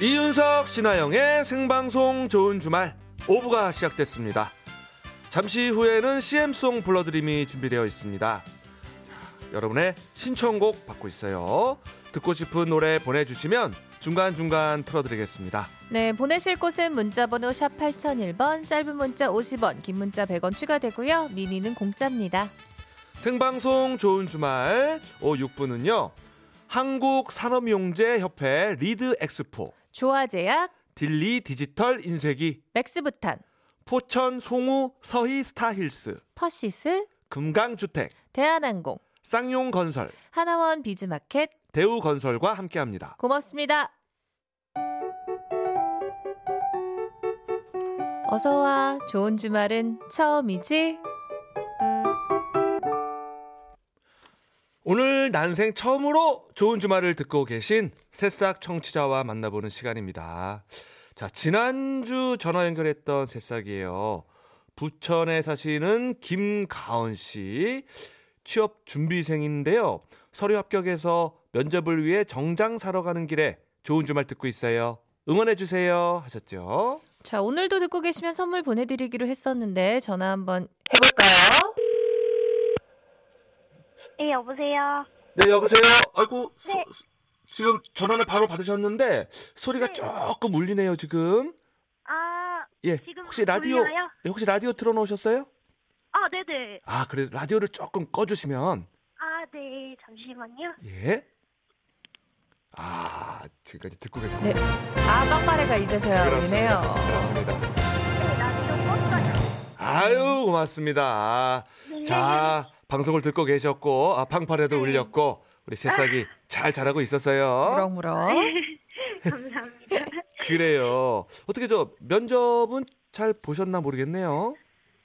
이윤석 신하영의 생방송 좋은 주말 5부가 시작됐습니다. 잠시 후에는 CM송 불러드림이 준비되어 있습니다. 자, 여러분의 신청곡 받고 있어요. 듣고 싶은 노래 보내주시면 중간중간 틀어드리겠습니다. 네, 보내실 곳은 문자번호 샵 8001번, 짧은 문자 50원, 긴 문자 100원 추가되고요. 미니는 공짜입니다. 생방송 좋은 주말 오후 6분은요. 한국산업용재협회 리드 엑스포, 조화제약, 딜리 디지털 인쇄기, 맥스부탄, 포천 송우 서희 스타힐스, 퍼시스, 금강주택, 대한항공, 쌍용건설, 하나원 비즈마켓 대우건설과 함께합니다. 고맙습니다. 어서와 좋은 주말은 처음이지? 오늘 난생 처음으로 좋은 주말을 듣고 계신 새싹 청취자와 만나보는 시간입니다. 자, 지난주 전화 연결했던 새싹이에요. 부천에 사시는 김가은 씨. 취업 준비생인데요. 서류 합격해서 면접을 위해 정장 사러 가는 길에 좋은 주말 듣고 있어요. 응원해주세요. 하셨죠? 자, 오늘도 듣고 계시면 선물 보내드리기로 했었는데 전화 한번 해볼까요? 네, 여보세요. 네, 여보세요? 아이고, 소- 네. 지금 전화를 바로 받으셨는데 소리가 조금 울리네요, 지금. 아, 예. 지금 혹시 라디오 울려요? 예, 혹시 라디오 틀어 놓으셨어요? 아, 네네. 아, 그래 라디오를 조금 꺼 주시면 아, 네, 잠시만요. 예. 아, 지금까지 듣고 계신 네. 아, 빵빠레가 이제서야 그렇습니다. 오네요. 그렇습니다. 네, 라디오 껐어요. 아유, 고맙습니다. 네. 자, 방송을 듣고 계셨고 아, 팡파레도 네. 울렸고 우리 새싹이 잘 자라고 있었어요. 무럭무럭. 감사합니다. 그래요. 어떻게 저 면접은 잘 보셨나 모르겠네요.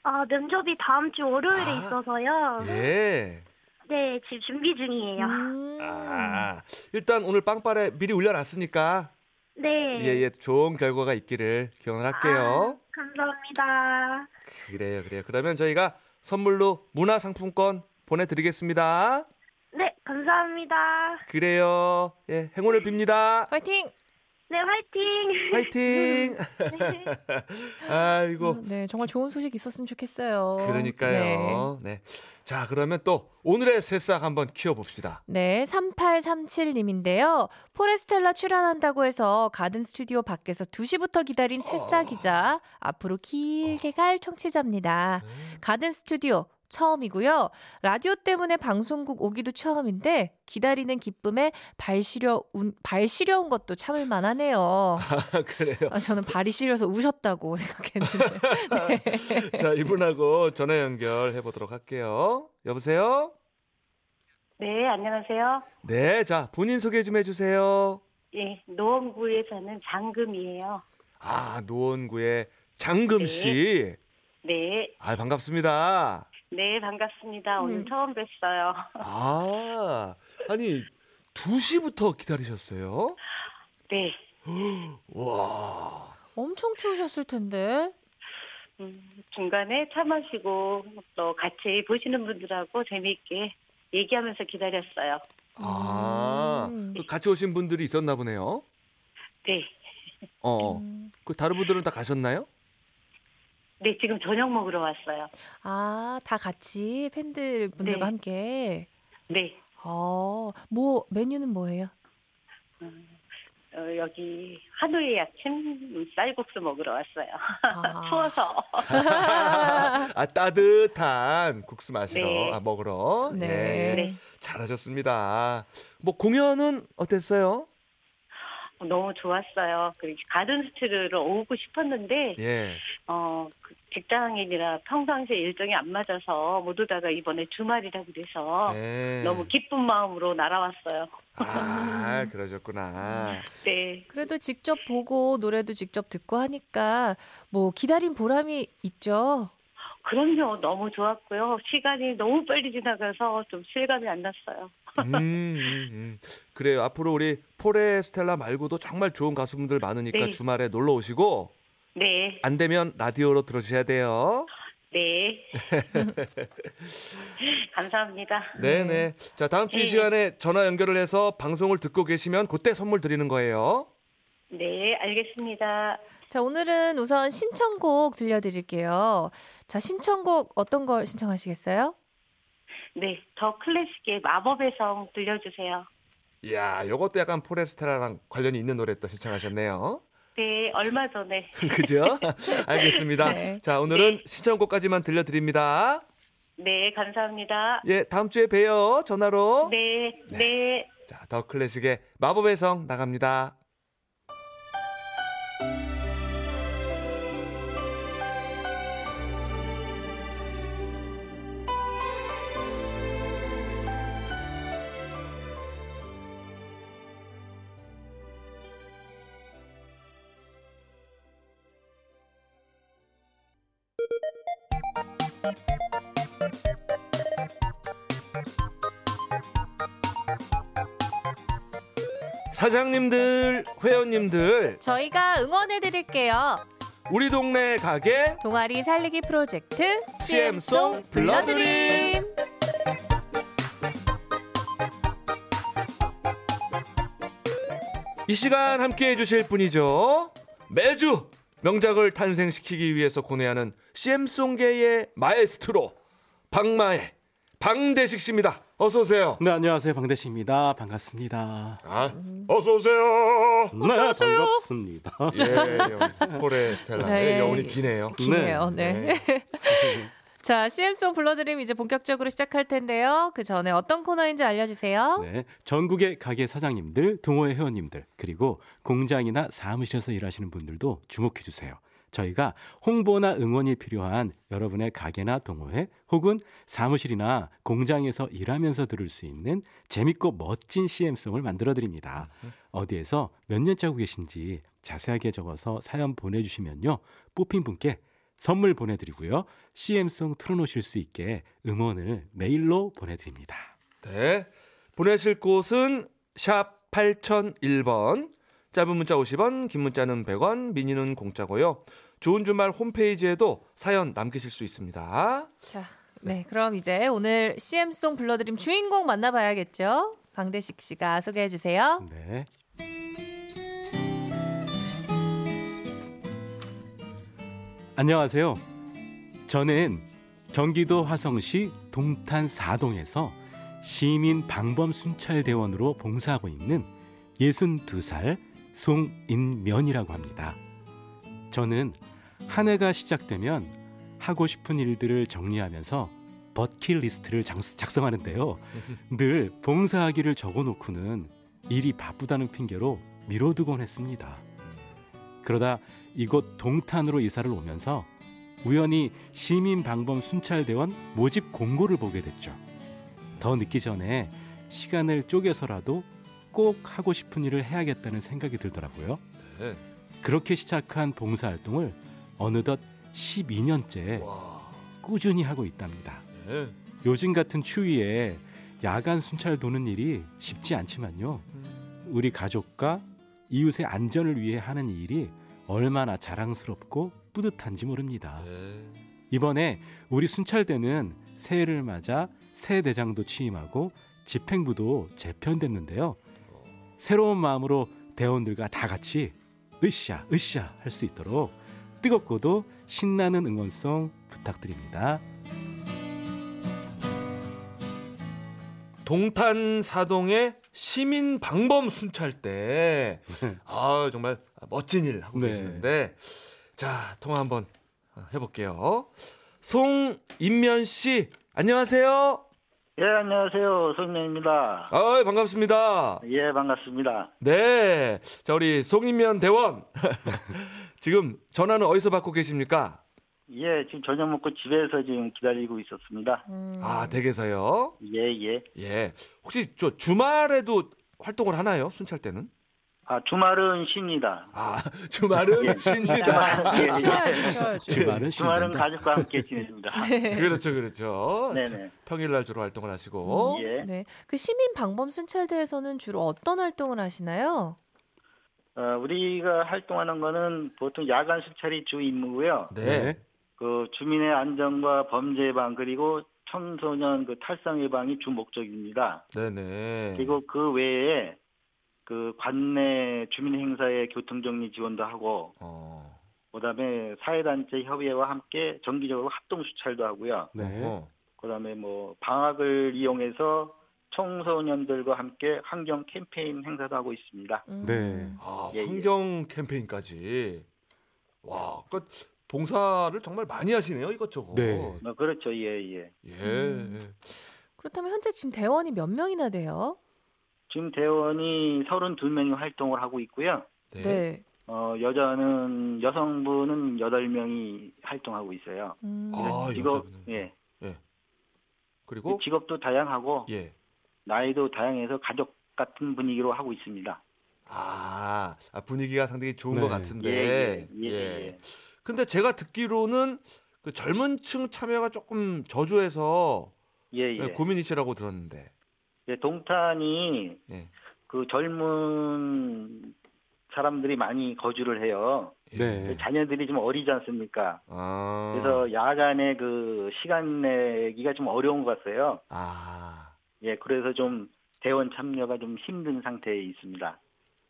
아, 면접이 다음 주 월요일에 아. 있어서요. 예. 네, 지금 준비 중이에요. 음. 아, 일단 오늘 빵빠레 미리 울려놨으니까 네. 예예 좋은 결과가 있기를 기원을 아, 할게요. 감사합니다. 그래요 그래요. 그러면 저희가 선물로 문화상품권 보내드리겠습니다. 네, 감사합니다. 그래요. 예 행운을 빕니다. 파이팅! 네, 화이팅. 네. 화이팅. 아이고. 음, 네, 정말 좋은 소식 있었으면 좋겠어요. 그러니까요. 네. 자 그러면 또 오늘의 새싹 한번 키워봅시다. 네, 3837님인데요. 포레스텔라 출연한다고 해서 가든 스튜디오 밖에서 2시부터 기다린 새싹이자 앞으로 길게 갈 청취자입니다. 음. 가든 스튜디오 처음이고요. 라디오 때문에 방송국 오기도 처음인데 기다리는 기쁨에 발 시려 운, 발 시려운 것도 참을 만하네요. 그래요. 아, 저는 발이 시려서 우셨다고 생각했는데. 자 이분하고 전화 연결해 보도록 할게요. 여보세요. 네, 안녕하세요. 네. 자 본인 소개 좀 해주세요. 예, 노원구에 사는 장금이에요. 아 노원구의 장금 네. 씨. 네, 아 반갑습니다. 네, 반갑습니다. 오늘 음. 처음 뵀어요. 아 아니 2시부터 기다리셨어요? 네, 와. 엄청 추우셨을 텐데. 음, 중간에 차 마시고 또 같이 보시는 분들하고 재미있게 얘기하면서 기다렸어요. 아. 음. 그 같이 오신 분들이 있었나 보네요. 네, 어. 음. 그 다른 분들은 다 가셨나요? 네, 지금 저녁 먹으러 왔어요. 아, 다 같이 팬들 분들과 네. 함께. 네, 어, 뭐 메뉴는 뭐예요? 어, 여기 한우의 아침 쌀국수 먹으러 왔어요. 아. 추워서. 아 따뜻한 국수 마시러 네. 아, 먹으러. 네. 예, 예. 네. 잘하셨습니다. 뭐 공연은 어땠어요? 너무 좋았어요. 그리고 가든 스튜디오로 오고 싶었는데 예. 어, 그 직장인이라 평상시에 일정이 안 맞아서 못 오다가 이번에 주말이라 그래서 예. 어, 너무 기쁜 마음으로 날아왔어요. 아 그러셨구나. 네. 그래도 직접 보고 노래도 직접 듣고 하니까 뭐 기다린 보람이 있죠. 그럼요. 너무 좋았고요. 시간이 너무 빨리 지나가서 좀 실감이 안 났어요. 음, 음, 음. 그래요. 앞으로 우리 포레스텔라 말고도 정말 좋은 가수분들 많으니까 네. 주말에 놀러 오시고 네. 안 되면 라디오로 들어주셔야 돼요. 네. 감사합니다. 네네. 네. 자 다음 주 이 네. 시간에 전화 연결을 해서 방송을 듣고 계시면 그때 선물 드리는 거예요. 네, 알겠습니다. 자, 오늘은 우선 신청곡 들려드릴게요. 자, 신청곡 어떤 걸 신청하시겠어요? 네, 더 클래식의 마법의 성 들려주세요. 이야, 요것도 약간 포레스테라랑 관련이 있는 노래 또 신청하셨네요. 네, 얼마 전에 그죠? 알겠습니다. 네. 자, 오늘은 시청곡까지만 들려드립니다. 네, 감사합니다. 예, 다음 주에 봬요. 전화로. 네, 네. 자, 더 클래식의 마법의 성 나갑니다. 사장님들, 회원님들, 저희가 응원해드릴게요. 우리 동네 가게 동아리 살리기 프로젝트 CM송 CM송 불러드림. 불러드림. 이 시간 함께 해주실 분이죠. 매주 명작을 탄생시키기 위해서 고뇌하는 CM송계의 마에스트로 박마의 방대식 씨입니다. 어서 오세요. 네 안녕하세요 방대식입니다 반갑습니다. 아, 어서 오세요. 네 반갑습니다. 예, 포레 스텔라의 네. 여운이 기네요. 기네요. 네. 네. 자, CM송 불러드림 이제 본격적으로 시작할 텐데요. 그 전에 어떤 코너인지 알려주세요. 네 전국의 가게 사장님들, 동호회 회원님들 그리고 공장이나 사무실에서 일하시는 분들도 주목해 주세요. 저희가 홍보나 응원이 필요한 여러분의 가게나 동호회 혹은 사무실이나 공장에서 일하면서 들을 수 있는 재밌고 멋진 CM송을 만들어 드립니다. 어디에서 몇 년째 하고 계신지 자세하게 적어서 사연 보내주시면요. 뽑힌 분께 선물 보내드리고요. CM송 틀어놓으실 수 있게 응원을 메일로 보내드립니다. 네. 보내실 곳은 샵 8001번. 짧은 문자 50원, 긴 문자는 100원, 미니는 공짜고요. 좋은 주말 홈페이지에도 사연 남기실 수 있습니다. 자, 네, 그럼 이제 오늘 CM송 불러드림 주인공 만나봐야겠죠. 방대식 씨가 소개해 주세요. 네. 안녕하세요. 저는 경기도 화성시 동탄 사동에서 시민 방범 순찰 대원으로 봉사하고 있는 62살 송인면이라고 합니다. 저는 한 해가 시작되면 하고 싶은 일들을 정리하면서 버킷리스트를 장- 작성하는데요. 늘 봉사하기를 적어놓고는 일이 바쁘다는 핑계로 미뤄두곤 했습니다. 그러다 이곳 동탄으로 이사를 오면서 우연히 시민방범 순찰대원 모집 공고를 보게 됐죠. 더 늦기 전에 시간을 쪼개서라도 꼭 하고 싶은 일을 해야겠다는 생각이 들더라고요. 네. 그렇게 시작한 봉사활동을 어느덧 12년째 와. 꾸준히 하고 있답니다. 예. 요즘 같은 추위에 야간 순찰 도는 일이 쉽지 않지만요. 우리 가족과 이웃의 안전을 위해 하는 이 일이 얼마나 자랑스럽고 뿌듯한지 모릅니다. 예. 이번에 우리 순찰대는 새해를 맞아 새 대장도 취임하고 집행부도 재편됐는데요. 새로운 마음으로 대원들과 다 같이 으쌰 으쌰 할 수 있도록 뜨겁고도 신나는 응원송 부탁드립니다. 동탄 사동의 시민 방범 순찰대. 아, 정말 멋진 일 하고 네. 계시는데. 자, 통화 한번 해 볼게요. 송인면 씨, 안녕하세요. 예, 안녕하세요. 송년입니다. 아, 반갑습니다. 예, 반갑습니다. 네. 자, 우리 송인면 대원. 지금 전화는 어디서 받고 계십니까? 예, 지금 저녁 먹고 집에서 지금 기다리고 있었습니다. 음, 아, 댁에서요? 예, 예. 예. 혹시 저 주말에도 활동을 하나요? 순찰 때는? 아, 주말은 쉽니다. 아, 주말은 예. 쉽니다. 예, 예. 쉬어야죠, 쉬어야죠. 네. 그 주말은 주말은 쉬는다. 가족과 함께 지냅니다. 그렇죠, 그렇죠. 네네. 평일날 주로 활동을 하시고. 예. 네, 그 시민 방범 순찰대에서는 주로 어떤 활동을 하시나요? 어, 우리가 활동하는 거는 보통 야간 수찰이 주 임무고요. 네. 그 주민의 안전과 범죄 예방 그리고 청소년 그 탈상 예방이 주 목적입니다. 네네. 그리고 그 외에 그 관내 주민 행사에 교통 정리 지원도 하고 어. 그다음에 사회단체 협의회와 함께 정기적으로 합동 수찰도 하고요. 네. 어허. 그다음에 뭐 방학을 이용해서 청소년들과 함께 환경 캠페인 행사도 하고 있습니다. 음. 네. 아, 예, 예. 환경 캠페인까지. 와, 그 봉사를 정말 많이 하시네요, 이것저것. 네. 뭐 그렇죠, 예, 예. 예. 음. 그렇다면 현재 지금 대원이 몇 명이나 돼요? 지금 대원이 32명이 활동을 하고 있고요. 네. 어, 여자는 여성분은 8명이 활동하고 있어요. 음. 아, 직업 여자분은. 예. 그리고 직업도 다양하고 예. 나이도 다양해서 가족 같은 분위기로 하고 있습니다. 아, 아, 분위기가 상당히 좋은 네. 것 같은데. 예, 예, 예, 예. 예. 근데 제가 듣기로는 그 젊은 층 참여가 조금 저조해서 예, 예. 고민이시라고 들었는데. 예, 동탄이 예. 그 젊은 사람들이 많이 거주를 해요. 예. 네. 자녀들이 좀 어리지 않습니까? 아. 그래서 야간에 그 시간 내기가 좀 어려운 것 같아요. 아. 예, 그래서 좀 대원 참여가 좀 힘든 상태에 있습니다.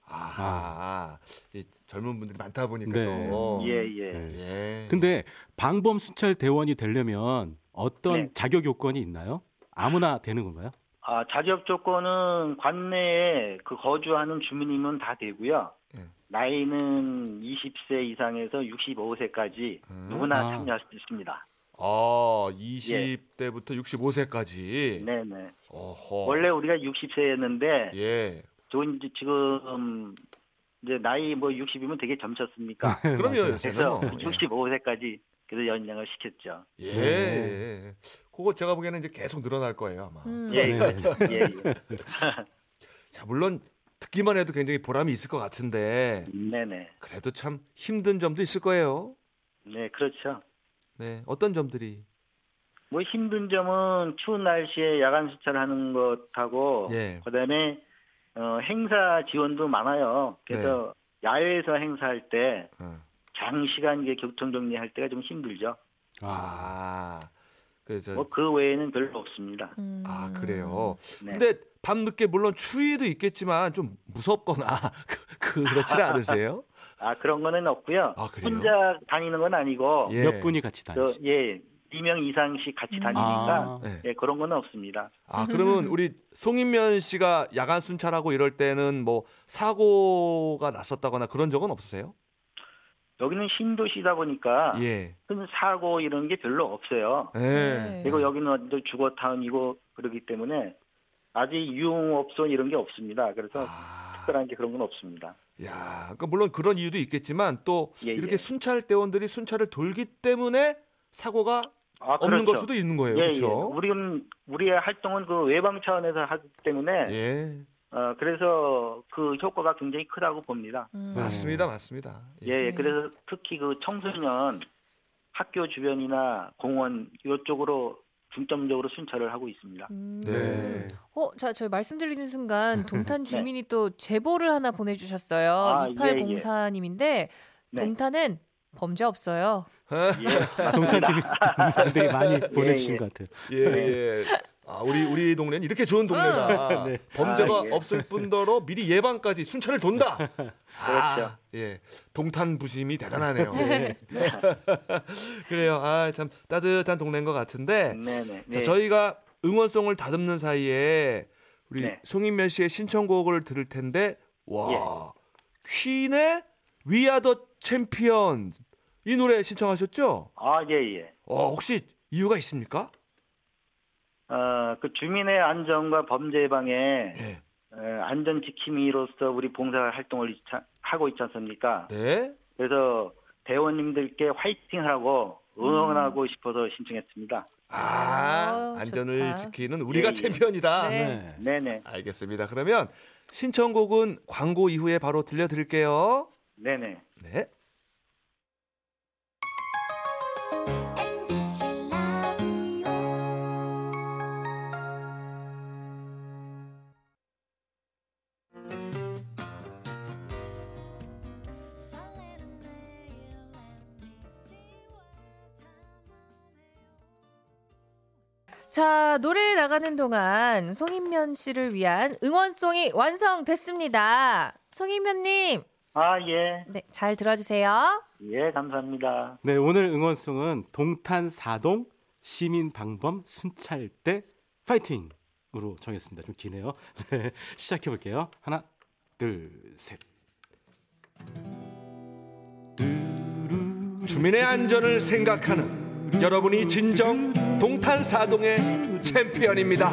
아하. 이 젊은 분들이 많다 보니까 네. 또. 예, 예. 네. 예. 근데 방범 수찰 대원이 되려면 어떤 네. 자격 요건이 있나요? 아무나 되는 건가요? 아, 자격 조건은 관내에 그 거주하는 주민이면 다 되고요. 예. 나이는 20세 이상에서 65세까지 음. 누구나 아. 참여할 수 있습니다. 아, 20대부터 65세까지. 네네. 어허. 원래 우리가 60세였는데 예. 저 이제 지금 이제 나이 뭐 60이면 되게 젊셨습니까? 그럼요, 네, 맞아요. 요새는. 그래서 뭐. 예. 65세까지 그래서 연장을 시켰죠. 예. 네. 그거 제가 보기에는 이제 계속 늘어날 거예요, 아마. 음. 예, 예, 예, 예. 자, 물론 듣기만 해도 굉장히 보람이 있을 것 같은데 네네. 그래도 참 힘든 점도 있을 거예요. 네, 그렇죠. 네. 어떤 점들이? 뭐 힘든 점은 추운 날씨에 야간 수찰하는 것하고 예. 그다음에 어, 행사 지원도 많아요. 그래서 네. 야외에서 행사할 때 어. 장시간 이제 교통 정리할 때가 좀 힘들죠. 아, 아. 그래서 뭐 그 외에는 별로 없습니다. 음. 아, 그래요. 네. 근데 밤늦게 물론 추위도 있겠지만 좀 무섭거나 그- 그렇진 않으세요? 아 그런 거는 없고요. 아, 그래요? 혼자 다니는 건 아니고 예. 몇 분이 같이 저, 다니시? 예, 2명 이상씩 같이 음. 다니니까 아, 네. 예, 그런 건 없습니다. 아, 그러면 우리 송인면 씨가 야간 순찰하고 이럴 때는 뭐 사고가 났었다거나 그런 적은 없으세요? 여기는 신도시다 보니까 예. 큰 사고 이런 게 별로 없어요. 예. 네. 그리고 여기는 완전 주거타운이고 그러기 때문에 아직 유흥업소 이런 게 없습니다. 그래서 아. 특별한 게 그런 건 없습니다. 야, 그러니까 물론 그런 이유도 있겠지만 또 예, 이렇게 예. 순찰 대원들이 순찰을 돌기 때문에 사고가 아, 없는 걸 그렇죠. 수도 있는 거예요. 예, 예. 그렇죠? 우리는 우리의 활동은 그 외방 차원에서 하기 때문에 예. 어, 그래서 그 효과가 굉장히 크다고 봅니다. 음. 맞습니다. 맞습니다. 예, 예. 네. 그래서 특히 그 청소년 학교 주변이나 공원 이쪽으로 중점적으로 순찰을 하고 있습니다. 음. 네. 어, 자, 저희 말씀드리는 순간 동탄 주민이 또 제보를 하나 보내주셨어요. 네. 아, 예, 2804님인데 네. 동탄은 범죄 없어요. 예. 동탄 주민들이 아, 많이 보내주신 예. 것 같아요. 예, 네. 예. 아, 우리 우리 동네는 이렇게 좋은 동네다. 네. 범죄가 아, 예. 없을 뿐더러 미리 예방까지 순찰을 돈다. 아, 예. 동탄 부심이 대단하네요. 그래요. 아, 참 따뜻한 동네인 것 같은데. 네네. 자, 예. 저희가 응원송을 다듬는 사이에 우리 네. 송인면 씨의 신청곡을 들을 텐데 와 예. 퀸의 We Are the Champions 이 노래 신청하셨죠? 아, 예, 예. 어, 혹시 이유가 있습니까? 어, 그 주민의 안전과 범죄 예방에 네. 어, 안전 지킴이로서 우리 봉사 활동을 차- 하고 있지 않습니까? 네. 그래서 대원님들께 화이팅하고 음. 응원하고 싶어서 신청했습니다. 아 아유, 안전을 좋다. 지키는 우리가 예, 예. 챔피언이다. 네. 네네, 알겠습니다. 그러면 신청곡은 광고 이후에 바로 들려드릴게요. 네네. 네. 자, 노래 나가는 동안 송인면 씨를 위한 응원송이 완성됐습니다. 송인면 님, 아, 예. 네, 잘 들어주세요. 예, 감사합니다. 네, 오늘 응원송은 동탄 사동 시민 방범 순찰대 파이팅으로 정했습니다. 좀 기네요. 네, 시작해 볼게요. 하나, 둘, 셋. 주민의 안전을 생각하는 여러분이 진정 동탄사동의 챔피언입니다.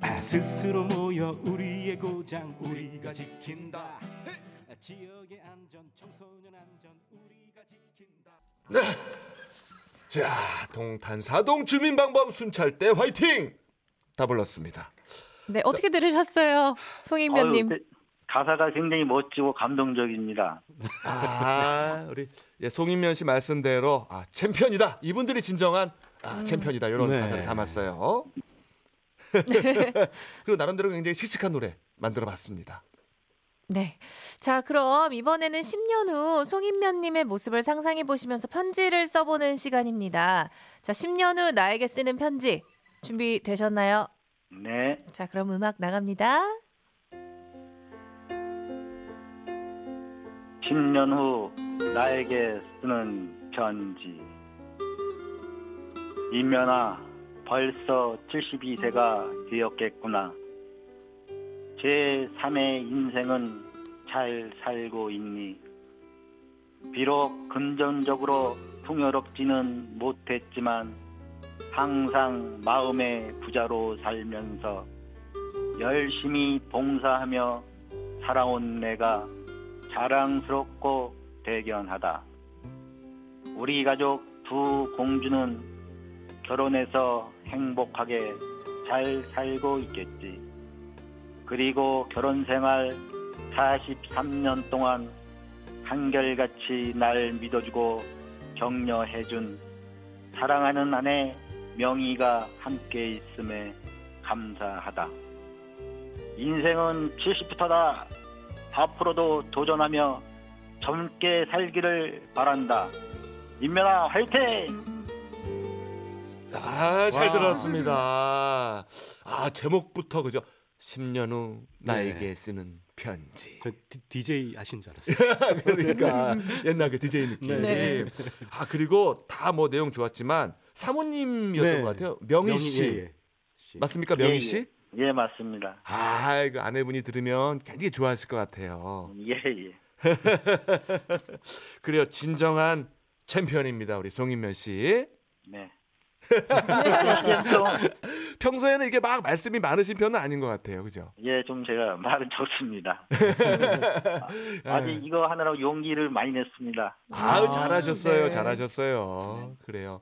아, 스스로 모여 우리의 고장 우리가 아, 지킨다. 지역의 안전 청소년 안전 우리가 지킨다. 네. 자, 동탄사동 주민방법 순찰대 화이팅! 다 불렀습니다. 네, 어떻게 들으셨어요? 송인면 님. 아유, 그 가사가 굉장히 멋지고 감동적입니다. 아, 우리 예, 송인면 씨 말씀대로 아, 챔피언이다. 이분들이 진정한 아, 챔피언이다. 이런 네. 가사를 담았어요. 그리고 나름대로 굉장히 씩씩한 노래 만들어 봤습니다. 네. 자, 그럼 이번에는 10년 후 송인면님의 모습을 상상해 보시면서 편지를 써보는 시간입니다. 자, 10년 후 나에게 쓰는 편지 준비되셨나요? 네. 자, 그럼 음악 나갑니다. 10년 후 나에게 쓰는 편지 이면아 벌써 72세가 되었겠구나 제3의 인생은 잘 살고 있니 비록 금전적으로 풍요롭지는 못했지만 항상 마음의 부자로 살면서 열심히 봉사하며 살아온 내가 자랑스럽고 대견하다. 우리 가족 두 공주는 결혼해서 행복하게 잘 살고 있겠지. 그리고 결혼 생활 43년 동안 한결같이 날 믿어주고 격려해준 사랑하는 아내 명희가 함께 있음에 감사하다. 인생은 70부터다. 앞으로도 도전하며 젊게 살기를 바란다. 인면아 화이팅! 아, 잘 와. 들었습니다. 아, 제목부터 그죠? 10년 후 나에게 네. 쓰는 편지. 저 디, DJ 아신 줄 알았어요. 그러니까 옛날 그 DJ 느낌. 네. 아, 그리고 다 뭐 내용 좋았지만 사모님이었던 네. 것 같아요. 명희 씨. 예, 예. 씨. 맞습니까? 예, 명희 예. 씨? 예 맞습니다. 아, 이거 아내분이 들으면 굉장히 좋아하실 것 같아요. 예예. 그래요. 진정한 챔피언입니다. 우리 송인면 씨. 네. 평소에는 이게 막 말씀이 많으신 편은 아닌 것 같아요. 그죠? 예 좀 제가 말은 적습니다. 예. 아직 이거 하느라 용기를 많이 냈습니다. 아유, 아, 잘하셨어요. 네. 잘하셨어요. 그래요.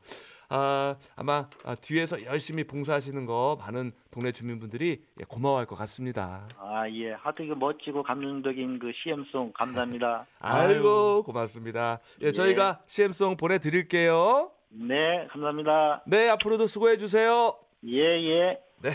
아, 아마 아, 뒤에서 열심히 봉사하시는 거 많은 동네 주민분들이 예, 고마워할 것 같습니다. 아 예. 하여튼 이거 멋지고 감동적인 그 CM송 감사합니다. 아이고, 고맙습니다. 예, 예. 저희가 CM송 보내드릴게요. 네 감사합니다. 네, 앞으로도 수고해 주세요. 예 예. 네.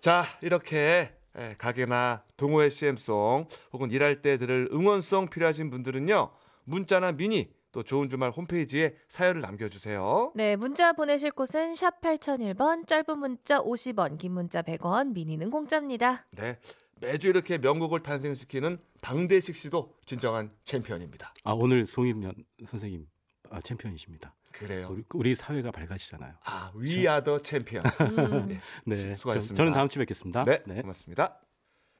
자, 이렇게 예, 가게나 동호회 CM송 혹은 일할 때 들을 응원송 필요하신 분들은요. 문자나 미니 또 좋은 주말 홈페이지에 사연을 남겨주세요. 네, 문자 보내실 곳은 샵 8001번, 짧은 문자 50원, 긴 문자 100원, 미니는 공짜입니다. 네. 매주 이렇게 명곡을 탄생시키는 방대식 씨도 진정한 챔피언입니다. 아 오늘 송임면 선생님 아, 챔피언이십니다. 그래요. 우리, 우리 사회가 밝아지잖아요. 아, we are the champions. 음. 네, 수- 저- 수고하셨습니다. 저는 다음 주에 뵙겠습니다. 네, 고맙습니다.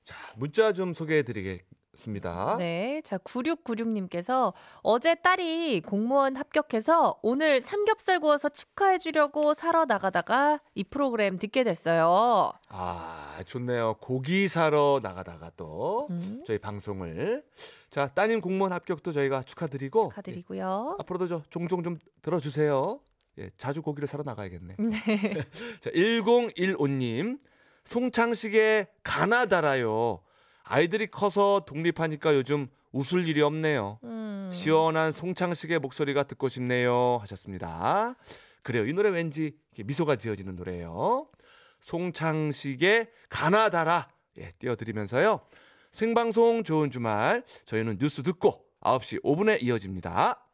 자, 문자 좀 소개해 드리겠습니다. 네, 자 9696님께서 어제 딸이 공무원 합격해서 오늘 삼겹살 구워서 축하해 주려고 사러 나가다가 이 프로그램 듣게 됐어요. 아, 좋네요. 고기 사러 나가다가 또 음, 저희 방송을 자 따님 공무원 합격도 저희가 축하드리고 예, 축하드리고요. 앞으로도 저 종종 좀 들어주세요. 예, 자주 고기를 사러 나가야겠네. 네. 자 1015님 송창식의 가나다라요. 아이들이 커서 독립하니까 요즘 웃을 일이 없네요. 음. 시원한 송창식의 목소리가 듣고 싶네요 하셨습니다. 그래요. 이 노래 왠지 이렇게 미소가 지어지는 노래예요. 송창식의 가나다라 예, 띄워드리면서요. 생방송 좋은 주말 저희는 뉴스 듣고 9시 5분에 이어집니다.